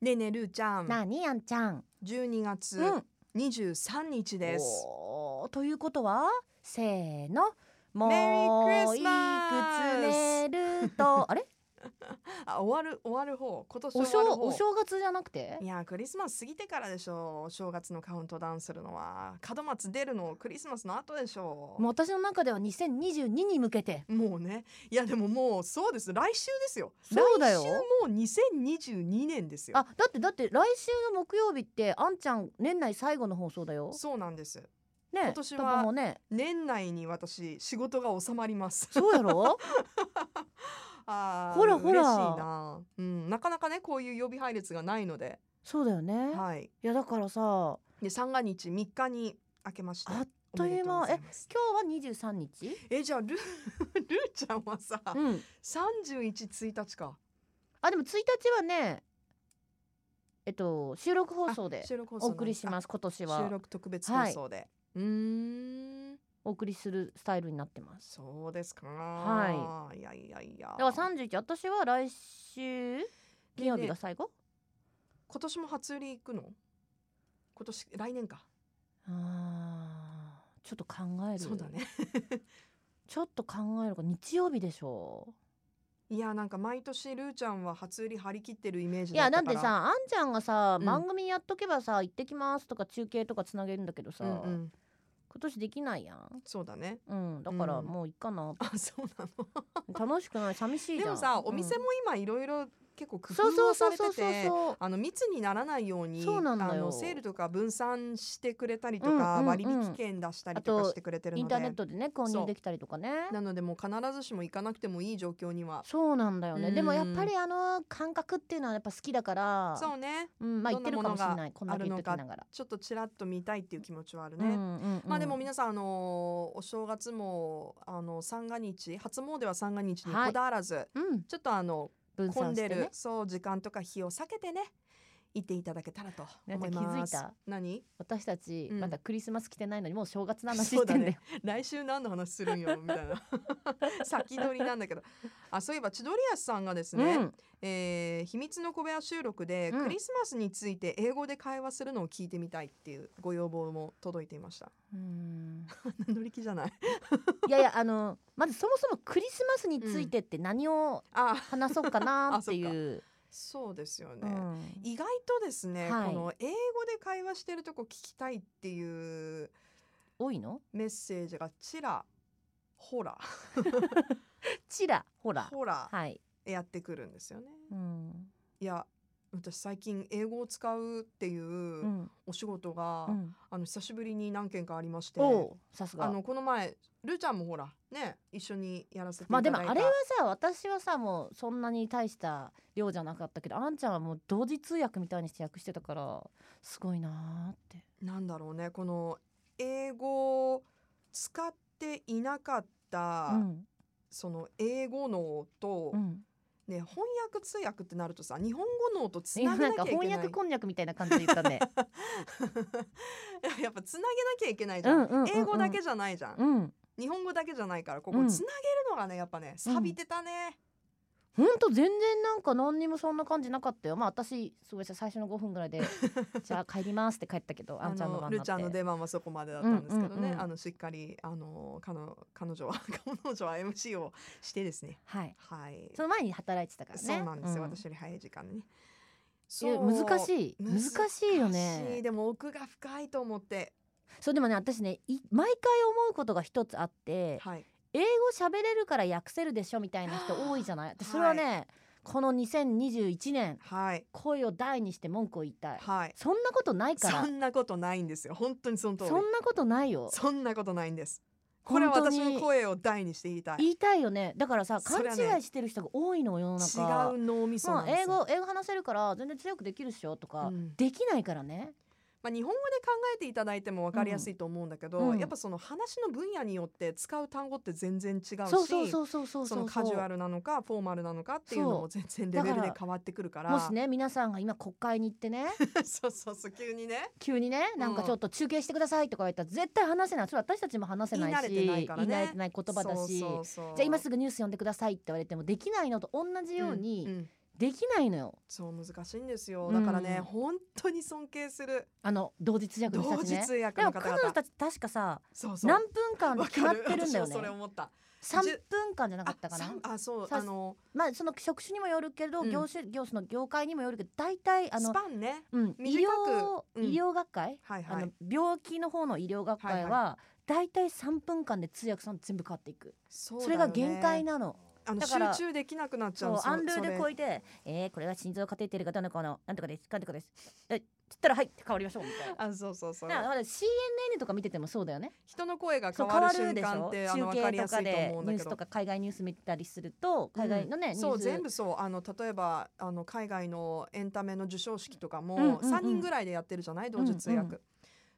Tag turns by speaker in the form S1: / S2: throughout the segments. S1: ねえねえるーちゃん
S2: なあにやんちゃん。
S1: 12月
S2: うん
S1: 23日です、
S2: おーということはせーの。も
S1: メリーク
S2: う
S1: リ
S2: い
S1: ス
S2: く
S1: マス
S2: つ寝る とあれ
S1: あ終わる終わる方今年
S2: お
S1: 終わる
S2: 正
S1: 方
S2: お正月じゃなくて
S1: いやークリスマス過ぎてからでしょうお正月のカウントダウンするのは門松出るのクリスマスの後でしょう
S2: もう私の中では2022に向けて
S1: もうねいやでももうそうです来週ですよ
S2: そうだよ
S1: 来週もう2022年ですよ
S2: あだってだって来週の木曜日ってあんちゃん年内最後の放送だよ
S1: そうなんです
S2: ね
S1: 今年は
S2: パパもね
S1: 年内に私仕事が収まります
S2: そうやろ
S1: あー
S2: ほらほら
S1: 嬉しいな、うん、なかなかねこういう予備配列がないので、
S2: そうだよね
S1: はい、
S2: いやだからさ
S1: で三が日三日に明けました
S2: あっという
S1: お
S2: 間
S1: めでとうございます
S2: 今日は23日
S1: えじゃあルルー ちゃんはさ
S2: うん
S1: 三十一一日か
S2: あでも1日はねえっと収録放送で
S1: あ収録放
S2: お
S1: 送
S2: 送りしますす今年
S1: 収
S2: は
S1: 録特別放送で、うーん
S2: お送りするスタイルになってます
S1: そうですか
S2: はい
S1: いやいやいや
S2: だから31私は来週金曜日が最後
S1: 今年も初売り行くの今年来年か
S2: あーちょっと考える
S1: そうだね
S2: ちょっと考えるか日曜日でしょ
S1: いやなんか毎年ルーちゃんは初売り張り切ってるイメージ
S2: いや
S1: だっ
S2: だっ
S1: から
S2: たてさあんちゃんがさ、
S1: うん
S2: 番組やっとけばさ行ってきますとか中継とかつなげるんだけどさ、
S1: うんうん、
S2: 今年できないやん
S1: そうだ ね
S2: うんだから
S1: うん
S2: もういいかな、
S1: あそうなの
S2: 楽しくない寂しいじゃ
S1: で
S2: ん
S1: もさお店
S2: も
S1: も今いろいろ結構工
S2: そう
S1: 夫
S2: そ
S1: をさ
S2: うそ
S1: れて
S2: うそうそう
S1: て
S2: そう
S1: あの密にならないように
S2: そうなんだよ
S1: あのセールとか分散してくれたりと
S2: うん
S1: か、
S2: うんうん
S1: 割引券出したりと
S2: あ
S1: か
S2: と
S1: してくれてる
S2: イン
S1: の
S2: ターネッ
S1: で
S2: トでね購
S1: そ
S2: 入
S1: う
S2: できたりとかね
S1: なのでもう必ずしも行かなくてもいい状況には
S2: そうなんだよね、
S1: うん
S2: でもやっぱりあの感覚っていうのはやっぱ好きだから
S1: そうね
S2: うん、まあ
S1: どん
S2: 言っ
S1: な
S2: て
S1: も
S2: る
S1: の
S2: か
S1: が
S2: もしれないこんだ
S1: あ
S2: け
S1: る
S2: 言
S1: の
S2: っとき
S1: か
S2: ながら、
S1: ちょっとちらっと見たいっていう気持ちはある
S2: う
S1: ね。
S2: んうんうん
S1: まあでも皆さんあのーお正月もあの三が日初詣は三が日にこだわらず、
S2: うん
S1: ちょっとあの
S2: 分
S1: 混ん
S2: 散し
S1: で
S2: て
S1: る、
S2: ね
S1: そう時間とか日を避けてね行っていただけたらと
S2: な
S1: 思
S2: んか
S1: い
S2: 気づいた
S1: ます。何？
S2: 私たち
S1: うん
S2: まだクリスマス来てないのにもう正月の話
S1: そ
S2: し
S1: うだ
S2: てんだよ
S1: ね来週何の話するんよみたい な先取りなんだけどあそういえば千鳥足さんがですね、
S2: うん
S1: えー秘密の小部屋収録で、
S2: うん
S1: クリスマスについて英語で会話するのを聞いてみたいっていうご要望も届いていました
S2: うーん
S1: 乗り気じゃない
S2: いやいやあのまずそもそもクリスマスについてって何を
S1: あ
S2: 話そうかなってい
S1: あ
S2: う、
S1: そうですよね、
S2: うん
S1: 意外とですね、
S2: は
S1: こ
S2: い
S1: の英語で会話してるとこ聞きたいっていう
S2: 多いの
S1: メッセージがちらほら
S2: ちらほら
S1: ほら
S2: はい、
S1: やってくるんですよね、
S2: うん
S1: いや私最近英語を使うっていう、
S2: うん
S1: お仕事が、
S2: うん、
S1: あの久しぶりに何件かありまして
S2: おうさす
S1: あ
S2: が
S1: のこの前ルーちゃんもほらね一緒にやらせてい
S2: ま
S1: ただ
S2: あ
S1: いた
S2: でもあれはさ私はさもうそんなに大した量じゃなかったけどあんちゃんはもう同時通訳みたいにして訳してたからすごいなーって
S1: なんだろうねこの英語を使っていなかった、
S2: うん
S1: その英語脳と、
S2: うん
S1: ね翻訳通訳ってなるとさ日本語脳とつ
S2: 今
S1: なげな
S2: な
S1: んきゃい
S2: か
S1: けない
S2: 翻訳こんにゃくみたいな感じで言ったね
S1: やっぱつなげなきゃいけないじゃん,、
S2: うんうんうんうん
S1: 英語だけじゃないじゃん、
S2: うん
S1: 日本語だけじゃないからここ
S2: うん
S1: つなげるのがねやっぱね錆びてたね、
S2: ほんと全然なんか何にもそんな感じなかったよまあ私すごい最初の5分 ぐらいでじゃあ帰りますって帰ったけどあんちゃんの番
S1: ルー
S2: になっ
S1: ちゃんの
S2: て
S1: 出番はそこまでだったんですけどね、
S2: うんうんうん
S1: あのしっかりあの彼女 彼女は彼女は MC をしてですね
S2: はい
S1: はい
S2: その前に働いてたからね
S1: そうなんですよ、
S2: ん
S1: 私より早い時間にね
S2: いや難し
S1: い
S2: い難しいよね
S1: でも奥が深いと思って
S2: そうでもね私ねい毎回思うことが一つあって
S1: はい
S2: 英語喋れるから訳せるでしょみたいな人多いじゃないでそれはね、この2021年
S1: はい
S2: 声を大にして文句を言いたい
S1: はい
S2: そんなことないか
S1: そ
S2: ら
S1: んなことないんですよ本当にその通り
S2: そんなことないよ
S1: そんなことないんですこれは私の声を大にして言いたい違
S2: 言いたいよねだからさ
S1: そ
S2: 勘
S1: りゃね
S2: 違いしてる人が多いの世の中
S1: う脳みそ
S2: ま
S1: なん
S2: あ
S1: です
S2: 英
S1: よ、
S2: 語英語話せるから全然強くできるっしょとか、
S1: うん
S2: できないからね
S1: まあ、日本語で考えていただいても分かりやすいと思うんだけど、
S2: うんうん
S1: やっぱその話の分野によって使う単語って全然違うし
S2: そうそうそうそうそう
S1: そうの
S2: う
S1: カジュアルなのかフォーマルなのかっていうのも全然レベルで変わってくるから
S2: もしね皆さんが今国会に行ってね
S1: そうそうそう急にね
S2: 急にねなんかちょっと中継してくださいとか言ったら絶対話せないそれ私たちも話せないし
S1: 言い慣れてないからね
S2: 言い慣れてない言葉だし
S1: そうそうそう
S2: じゃあ今すぐニュース読んでくださいって言われてもできないのと同じ
S1: ぐ
S2: ように、
S1: んん
S2: できないのよ
S1: そう難しいんですよだからね、
S2: うん
S1: 本当に尊敬する
S2: あの同時通訳の人
S1: 同
S2: たち
S1: 時
S2: ね
S1: 通訳
S2: でも
S1: の方
S2: 彼女
S1: 々
S2: たち確かさ
S1: そうそう
S2: 何分間で
S1: わ
S2: 決ま
S1: か
S2: っ
S1: る
S2: てるんだよ
S1: 私もそれ
S2: ね
S1: 思った
S2: 3
S1: じゅ
S2: 分間じゃなかったか
S1: あ
S2: な
S1: さんあそう
S2: さ
S1: あの
S2: まあその職種にもよるけど、
S1: うん
S2: 業種業種の業界にもよるけど大体あ
S1: ス
S2: の
S1: パンね
S2: うん、医
S1: 短
S2: 療、
S1: くうん
S2: 医療学会、
S1: はい
S2: あ
S1: はい
S2: の病気の方の医療学会
S1: はい
S2: は大体3分間で通訳さん全部変わっていく
S1: そ
S2: そ,、れが限界
S1: な
S2: なの
S1: あの
S2: だから
S1: 集中できなくなっちゃ
S2: そうう
S1: そ
S2: アンルー
S1: それ
S2: ル超えて「えー、これは心臓カテーテルがどうのこうのなんとかですなんとかです」えつったら「はい変わりましょう」みたいな。
S1: あそうそうそう
S2: だから CNN とか見ててもそうだよね
S1: 人の声が
S2: そ
S1: 変
S2: う
S1: わる瞬
S2: 変わるでし
S1: 間っ
S2: ょ
S1: てあの
S2: 中
S1: 分か
S2: 継
S1: り
S2: と
S1: やす
S2: か
S1: いと
S2: で
S1: 思うんだ
S2: ニュー
S1: け
S2: ス
S1: ど
S2: とか海外ニュース見たりすると海外のね、ニュース
S1: そう全部そうあの例えばあの海外のエンタメの授賞式とか
S2: うんうん
S1: も
S2: うん
S1: 3人ぐらいでやってるじゃない同時通
S2: うんう
S1: 訳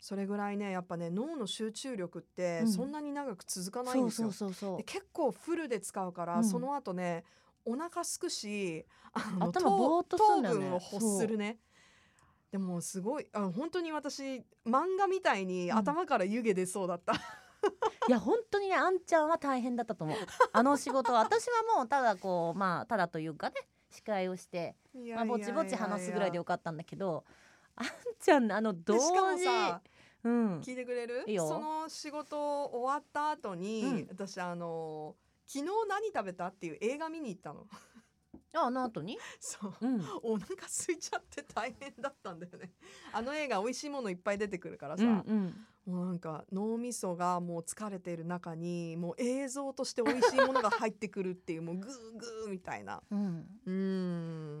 S1: それぐらいねやっぱね脳の集中力って
S2: うん
S1: そんなに長く続かない
S2: そ
S1: ん
S2: う
S1: です
S2: そ
S1: よ
S2: うそうそ
S1: で
S2: う
S1: 結構フルで使うから、
S2: うん
S1: その後ねお腹すくしあの
S2: 頭ぼーっとする
S1: 糖
S2: んだよね
S1: 分を欲するねでもすごいあの本当に私漫画みたいに
S2: うん
S1: 頭から湯気出そうだった、
S2: いや本当にねあんちゃんは大変だったと思うあの仕事は私はもうただこうまあただというかね司会をして、
S1: いや
S2: まあ、
S1: いや
S2: ぼちぼち話すぐらいで
S1: や
S2: よかったんだけどあんちゃんのあの同
S1: やで
S2: 時
S1: しかもさ
S2: うん、
S1: 聞いてくれる
S2: いいよ
S1: その仕事終わった後に、私あの昨日何食べたっていう映画見に行ったの
S2: ああの後に、
S1: そう
S2: うん、
S1: お腹空いちゃって大変だったんだよねあの映画美味しいものいっぱい出てくるからさ、
S2: うんうん
S1: もうなんか脳みそがもう疲れている中にもう映像として美味しいものが入ってくるっていうもうグーグーみたいな
S2: うん
S1: うー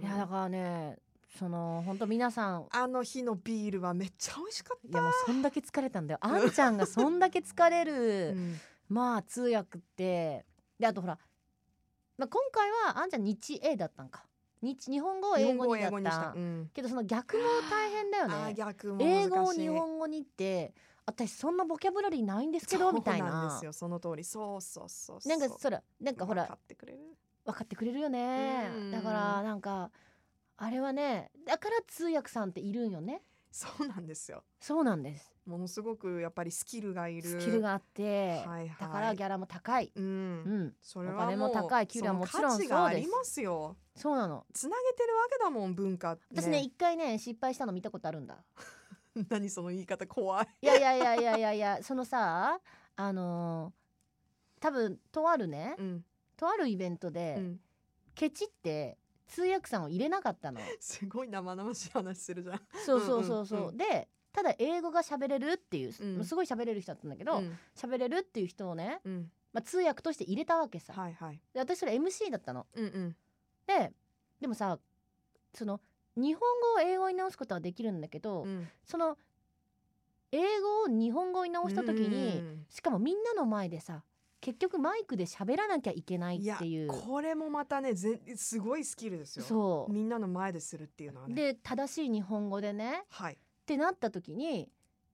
S1: ん
S2: いやだからねその本当皆さん
S1: あの日のビールはめっちゃ美味しかっ
S2: い
S1: た
S2: やもうそんだけ疲れたんだよあんちゃんがそんだけ疲れる、
S1: うん
S2: まあ通訳ってであとほら、まあ、今回はあんちゃん日英だったんか日日本語を英
S1: 日本
S2: 語
S1: 語を
S2: にだった
S1: うん
S2: けどその逆も大変だよ
S1: あー
S2: ね
S1: 逆も難しい
S2: 英語を日本語にって私そんなボキャブラリーないんですけどみたい
S1: そうなんで
S2: な
S1: すよその通りそうそうそうそう
S2: なんかそらなんかほら
S1: 分かってくれる
S2: 分かってくれるよね
S1: うん
S2: だからなんかあれはねだから通訳さんっているんよね
S1: そうなんですよ
S2: そうなんです
S1: ものすごくやっぱりスキルがいる
S2: スキルがあって、
S1: はいはい
S2: だからギャラも高い、
S1: うん、
S2: うん、
S1: それは
S2: お金も高い給料はもちろん
S1: その価値があ
S2: そうです
S1: りますよ
S2: そうなの
S1: つなげてるわけだもん文化って
S2: 私ね一回ね失敗したの見たことあるんだ
S1: 何その言い方怖い
S2: いやいやいやいやいやいやそのさあのー多分とあるね、
S1: うん、
S2: とあるイベントで、
S1: うん、
S2: ケチって通訳さんを入れなかったの
S1: すごい生々しい話するじゃん、
S2: そうそうそうそう,、
S1: うんうんうん
S2: でただ英語が喋れるっていう、
S1: うん
S2: すごい喋れる人だったんだけど
S1: うん
S2: 喋、れるっていう人をね、
S1: うん、
S2: まあ、通訳として入れたわけさ、
S1: はいはい
S2: で私それ MC だったの
S1: うんうん
S2: ででもさその日本語を英語に直すことはできるんだけど、
S1: うん
S2: その英語を日本語に直した時に、
S1: うん
S2: しかもみんなの前でさ結局マイクで喋らなきゃいけない
S1: いや
S2: っていう
S1: これもまたねぜすごいスキルですよ
S2: そ
S1: みんなの前でするっていうのは
S2: う
S1: ね
S2: で正しい日本語でね
S1: はい
S2: ってなった時に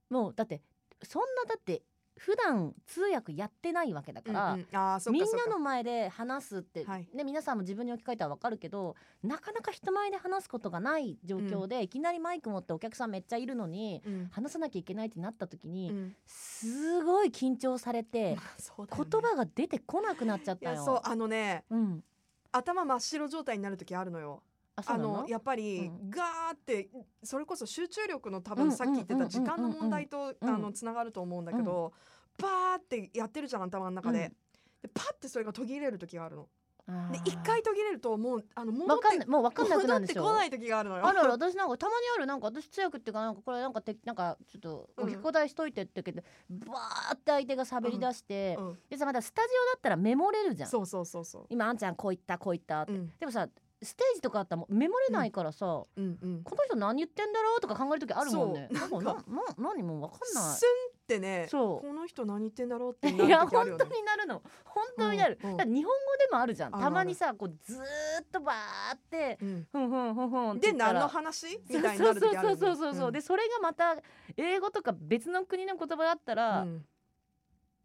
S2: もうだってそんなだって普段通訳やってないわけだから、
S1: うんうんあーそっ
S2: みん
S1: かそっか
S2: なの前で話すって、
S1: はい
S2: ね、皆さんも自分に置き換えたらわかるけどなかなか人前で話すことがない状況で、いきなりマイク持ってお客さんめっちゃいるのに
S1: うん
S2: 話さなきゃいけないってなった時に、
S1: うん
S2: すごい緊張されて
S1: まあそうだよね
S2: 言葉が出てこなくなっちゃっ
S1: い
S2: た
S1: やそう
S2: よ。
S1: あのね
S2: うん、
S1: 頭真っ白状態になる時あるのよ
S2: あそう
S1: あ
S2: なの
S1: のやっぱり、
S2: うん
S1: ガーってそれこそ集中力の多
S2: うん
S1: 分
S2: うん
S1: さっき言って
S2: うんう
S1: た
S2: ん
S1: 時間の問題と
S2: うん
S1: あのつながると思うんだけど、バーってやってるじゃん頭の中で。
S2: うん
S1: でパッてそれが途切れる時があるの。
S2: あー
S1: で一回途切れるともうあの戻
S2: わ
S1: っ
S2: かんな
S1: て
S2: いもうわかんなくな
S1: 戻っ
S2: るんで
S1: て
S2: しょ
S1: こない時があるのよ。
S2: あらあら私なんかたまにあるなんか私通訳っていうかなんかこれなんかてなんかちょっとお引っ答えしといてって言ってバーって相手が喋り出して、
S1: うん、
S2: でさまだスタジオだったらメモれるじゃん
S1: そうそうそうそ
S2: 今あんちゃんこう言ったこう言ったっ
S1: う。
S2: て、
S1: うん
S2: でもさステージとかあったらもうメモれないからさ、
S1: うんうん。
S2: この人何言ってんだろうとか考える時あるもんね
S1: そう
S2: なんか
S1: な
S2: なな何もうわかんない
S1: すんってね。
S2: そう
S1: この人何言ってんだろうって
S2: い
S1: な
S2: や
S1: る時あ
S2: 本
S1: るよ
S2: 当
S1: ね。
S2: になるの本当になる、
S1: うんうん
S2: だから日本語でもあるじゃん
S1: あるある
S2: たまにさこうずーっとバーってふんふんふんふん
S1: う
S2: っ
S1: ん、
S2: て
S1: で
S2: 言った
S1: 何の
S2: ら
S1: 話
S2: そ
S1: み
S2: う
S1: たいにな
S2: そう
S1: る時ある
S2: そ
S1: よ
S2: う
S1: ね
S2: そうそうそう、でそれがまた英語とか別の国の言葉だったら、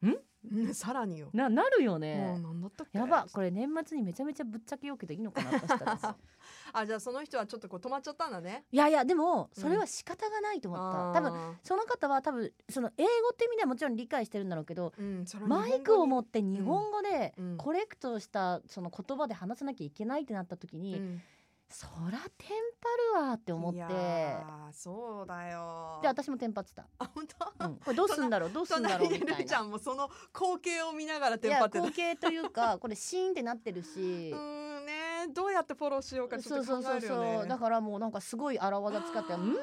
S1: うんうんさらによ。
S2: ななるよ
S1: もう
S2: ね、
S1: 何だったっけ。
S2: やばこれ年末にめちゃめちゃぶっちゃけようけどいいのかな私 たち
S1: あじゃあその人はちょっとこう止まっちゃったんだね。
S2: いやいやでもそれは仕方がないと思った、多分
S1: 分、
S2: その方は多分その英語って意味ではもちろん理解してるんだろうけど
S1: うん、それは日本語
S2: マ
S1: に
S2: イクを持って日本語で
S1: うん
S2: コレクトしたその言葉で話さなきゃいけないってなった時
S1: う
S2: に、
S1: ん
S2: そらテンパるわって思っ
S1: い
S2: て
S1: やーそうだよ
S2: で私もテンパっ てた、
S1: あ本当
S2: うん、これどうすんだろうどうすんだろう
S1: 隣
S2: み
S1: で
S2: た
S1: る
S2: い
S1: いちゃ
S2: なん
S1: もその光景を見ながら
S2: い
S1: テン
S2: や
S1: パってた
S2: 光景というかこれシーンってなってる
S1: う
S2: し
S1: ーんねどうやってフォローしようかちょ
S2: そう
S1: っと
S2: そ
S1: 考え
S2: うそう
S1: るよ
S2: そう
S1: ね
S2: だからもうなんかすごい荒技使って「
S1: あ
S2: う
S1: ー
S2: ーん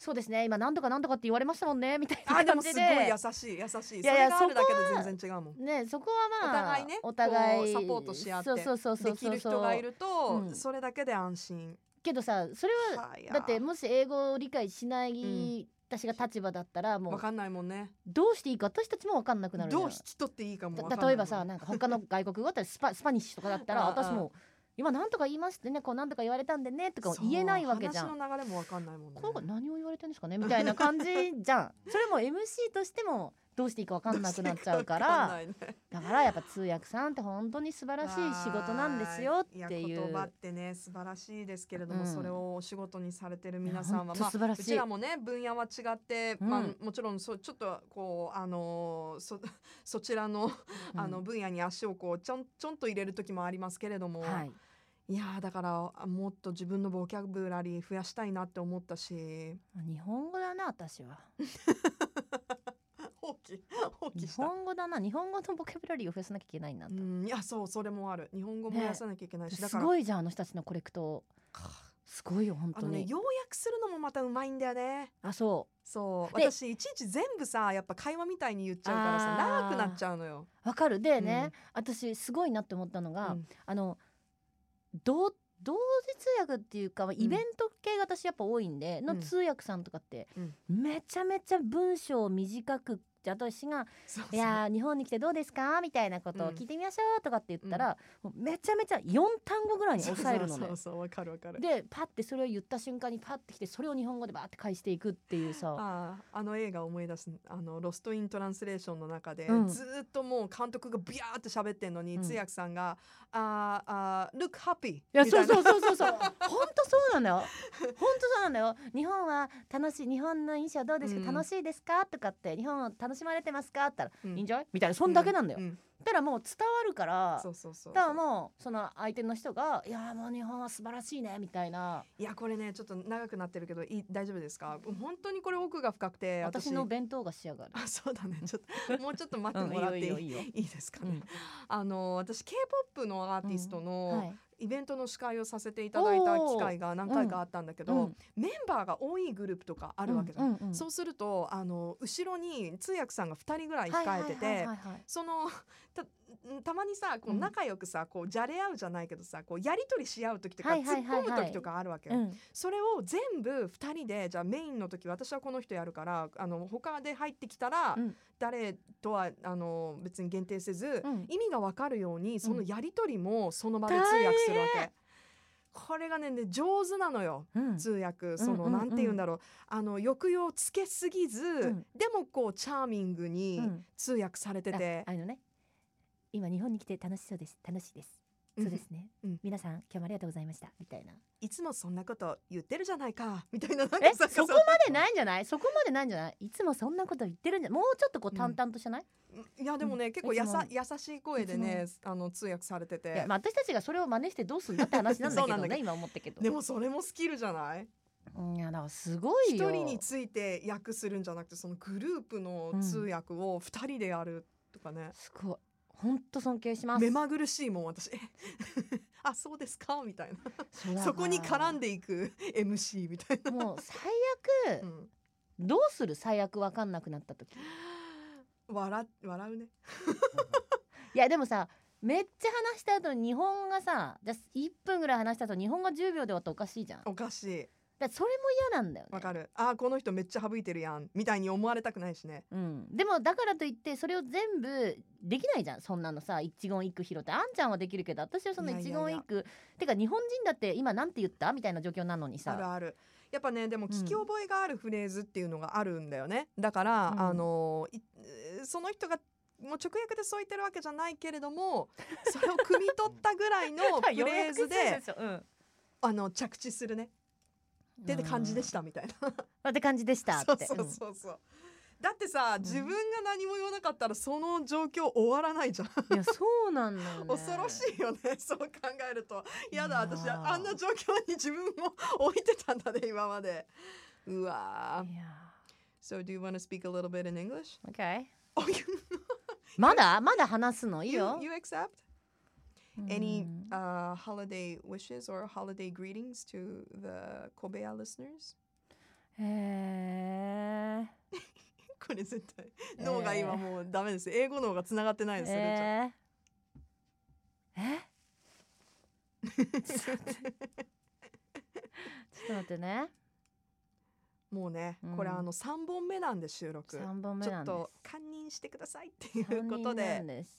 S2: そうですね今何とか何とかって言われましたもんね」みたい
S1: あ
S2: な
S1: で
S2: 感
S1: もすご
S2: じ
S1: い
S2: で
S1: 優しい優しい
S2: いやいや
S1: それがあるだけで全然違うもん
S2: ねそこはまあ
S1: お互いね
S2: お互い
S1: こうサポートし合って
S2: そうそうそうそう
S1: できる人がいると、
S2: うん
S1: それだけで安心
S2: けどさそれは
S1: はや
S2: だってもし英語を理解しない私が立場だったらも
S1: わ
S2: う
S1: かんないもんね
S2: どうしていいか私たちも分かんなくなるじゃ
S1: ど
S2: な
S1: う
S2: い
S1: 引き取っていいかもわか
S2: た
S1: んないもん
S2: 例えばさなんか他の外国語だったらスパスパニッシュとかだったら
S1: ああ
S2: 私も「今何とか言いましてねこう何とか言われたんでね」とか言えないわけじゃ。
S1: そうん話の流れもわかんないもんね
S2: この子何を言われてるんですかねみたいな感じじ ゃんそれも MC としてもどうしていいか分かんなくなっちゃうから
S1: わ んないね
S2: だからやっぱ通訳さんって本当に素晴らしい仕事なんですよっていう
S1: や言葉ってね素晴らしいですけれども、
S2: うん
S1: それをお仕事にされてる皆さんはい
S2: や本当
S1: まあ
S2: 素晴らしいう
S1: ちらもね分野は違って、
S2: うん
S1: まあもちろんそうちょっとこうあのーそ そちらの
S2: うん
S1: あの分野に足をこうちょんちょんと入れる時もありますけれども、
S2: はい、
S1: い、やーだからあもっと自分のボキャブラリー増やしたいなって思ったし
S2: 日本語だな私は
S1: 放棄放棄
S2: 日
S1: した。
S2: 本語だな日本語のボキャブラリーを増やさなきゃいけないな
S1: う
S2: と、
S1: ん、いやそうそれもある日本語も
S2: ね
S1: 増やさなきゃいけないし、だ
S2: す
S1: から
S2: ごいじゃんあの人たちのコレクトすごいよ本
S1: あ
S2: 当
S1: のね
S2: に
S1: 要約するのもまたうまいんだよね
S2: あそ
S1: そう
S2: で
S1: 私いちいち全部さやっぱ会話みたいに言っちゃうからさ
S2: あー
S1: 長くなっちゃうのよ。
S2: うわかるでね、私すごいなって思ったのが、
S1: うん
S2: あの同同時通訳っていうかまあイベント系が私やっぱ多いんで、の通訳さんとかって、
S1: うん
S2: めちゃめちゃ文章を短くじゃあ私が
S1: そう
S2: 「
S1: そう
S2: いやー日本に来てどうですか?」みたいなことを聞いてみましょうとかって言ったら、もうめちゃめちゃ4単語ぐらいに抑えるの
S1: そ
S2: ね
S1: うそう。そうわかるわかる。
S2: でパッてそれを言った瞬間にパッて来てそれを日本語でバーって返していくっていうさ
S1: あーあの映画思い出すあの「ロスト・イン・トランスレーション」の中で、
S2: うん
S1: ずーっともう監督がビャーって喋ってんのに、
S2: うん
S1: 通訳さんが「あーあー look happy」
S2: いや
S1: み
S2: そ
S1: た
S2: う
S1: いな
S2: そうそう そうそう本当そうなんだよ本当そうなんだよ日本は楽しい日本の印象どうですか、
S1: うん
S2: 楽しいですかとかって日本を楽しまれてますかって言ったら、
S1: うん
S2: いいんじゃないみたいなそんだけなんだよ、
S1: う
S2: だ
S1: ん
S2: からもう伝わるから
S1: そうそうそう
S2: だからもうその相手の人が「いやーもう日本は素晴らしいね」みたいない
S1: やこれねちょっと長くなってるけどいい大丈夫ですか本当にこれ奥が深くて
S2: 私の弁当が仕上がる。
S1: あそうだねちょっともうちょっと待っ
S2: う
S1: て
S2: ん、い
S1: も
S2: い
S1: らっ
S2: よ
S1: て
S2: いい
S1: いい,、
S2: よいいよ。
S1: いいですか
S2: う
S1: ね、
S2: ん
S1: あの私 K-POP のアーティスト
S2: は
S1: の
S2: い
S1: イベントの司会をさせていただいた機会が何回かあったんだけど、
S2: うん
S1: メンバーが多いグループとかあるわけじゃん。
S2: うんうんうん
S1: そうするとあの後ろに通訳さんが2人ぐらい
S2: はいはい
S1: 控
S2: は
S1: え
S2: い
S1: てて、
S2: はいはい
S1: そのたたまにさこう
S2: うん
S1: 仲良くさこうじゃれ合うじゃないけどさこうやり取りし合う時とか、
S2: はいはい
S1: 突
S2: はい
S1: っ込
S2: はい
S1: む時とかあるわけよ。
S2: うん
S1: それを全部2人でじゃあメインの時私はこの人やるからあの他で入ってきたら、
S2: うん
S1: 誰とはあの別に限定せず、
S2: うん
S1: 意味がわかるようにそのやり取りもその場で
S2: 大
S1: 通
S2: 変
S1: 訳するわけ。これがねね上手なのよ
S2: うん
S1: 通訳そ
S2: うんうんう
S1: の
S2: ん
S1: なんて言うんだろうあの抑揚つけすぎず
S2: ん
S1: でもこうチャーミングに
S2: うん
S1: 通訳されてて
S2: ああのね今日本に来て楽しそうです楽しいですそうですね、
S1: うん
S2: 皆さん今日もありがとうございましたみたいな
S1: 「いつもそんなこと言ってるじゃないか」みたいななんか
S2: え
S1: さ
S2: そこ
S1: う
S2: までないんじゃないそこまでないんじゃないいつもそんなこと言ってるんじゃもうちょっとこう
S1: うん
S2: 淡々としてない、
S1: いやでもね、結構やさ優しい声でね
S2: い
S1: あの通訳されて
S2: いや
S1: て、
S2: まあ、私たちがそれを真似してどうすんだって話 なんだけ
S1: そうな
S2: ど
S1: んだけど
S2: ね今思ったけど
S1: でもそれもスキルじゃない
S2: うんいやだからすごい
S1: 一
S2: よ
S1: 人について訳するんじゃなくてそのグループの通訳を二人でやるとかね、
S2: すごい本当尊敬します
S1: 目まぐるしいもん私え あそうですかみたいな
S2: そうだか
S1: そ
S2: ら
S1: こに絡んでいく MC みたいな、
S2: もう最悪、
S1: うん、
S2: どうする最悪わかんなくな った時
S1: 笑笑うね
S2: いやでもさめっちゃ話した後に日本語がさじゃあ1分ぐらい話した後に日本語が10秒で終わったらおかしいじゃんだか
S1: おかしい
S2: らそれも嫌なんだよね
S1: わかるあこの人めっちゃ省いてるやんみたいに思われたくないしね
S2: うん、でもだからといってそれを全部できないじゃんそんなのさ一言一句拾ってあんちゃんはできるけど私はその
S1: いや
S2: 一
S1: いや
S2: 言
S1: い
S2: 一
S1: や
S2: 句てか日本人だって今なんて言ったみたいな状況なの
S1: あ
S2: に
S1: る
S2: さ
S1: あるやっぱねでも
S2: うん
S1: 聞き覚えがあるフレーズっていうのがあるんだよね、だから、
S2: うん
S1: あのいえーその人がもう直訳でそう言ってるわけじゃないけれども それを汲み取ったぐらいのフレーズで
S2: ょ、うん、
S1: あの着地するねって感じでしたみたいな、
S2: た、って感じでしたって
S1: そうそう
S2: うん
S1: そうそうだってさ
S2: ん
S1: 自分が何も言わなかったらその状況終わらないじゃん、
S2: いやそうなんだよね
S1: 恐ろしいよね そう考えるとやだ
S2: いやー
S1: 私あんな状況に自分を置いてたんだね今までうわー
S2: いや
S1: So do you want to speak a little bit in English?
S2: OK
S1: Oh, you,
S2: まだまだ話すのいい
S1: you,
S2: よ
S1: you accept?
S2: うん
S1: Any
S2: Mm.
S1: uh, holiday wishes or holiday greetings to the Kobe listeners?
S2: へえ
S1: これ絶対脳が今もうダメです、英語脳がつながってないです、ル
S2: えー、えちょっと待ってちょっと待ってね
S1: ーちゃん もうね、
S2: うん
S1: これあの3本目なんで収録
S2: 3本目
S1: ちょ
S2: な
S1: っ
S2: んです
S1: と堪忍してくださいってい
S2: 三
S1: うこ
S2: 人
S1: と
S2: な
S1: で
S2: んです。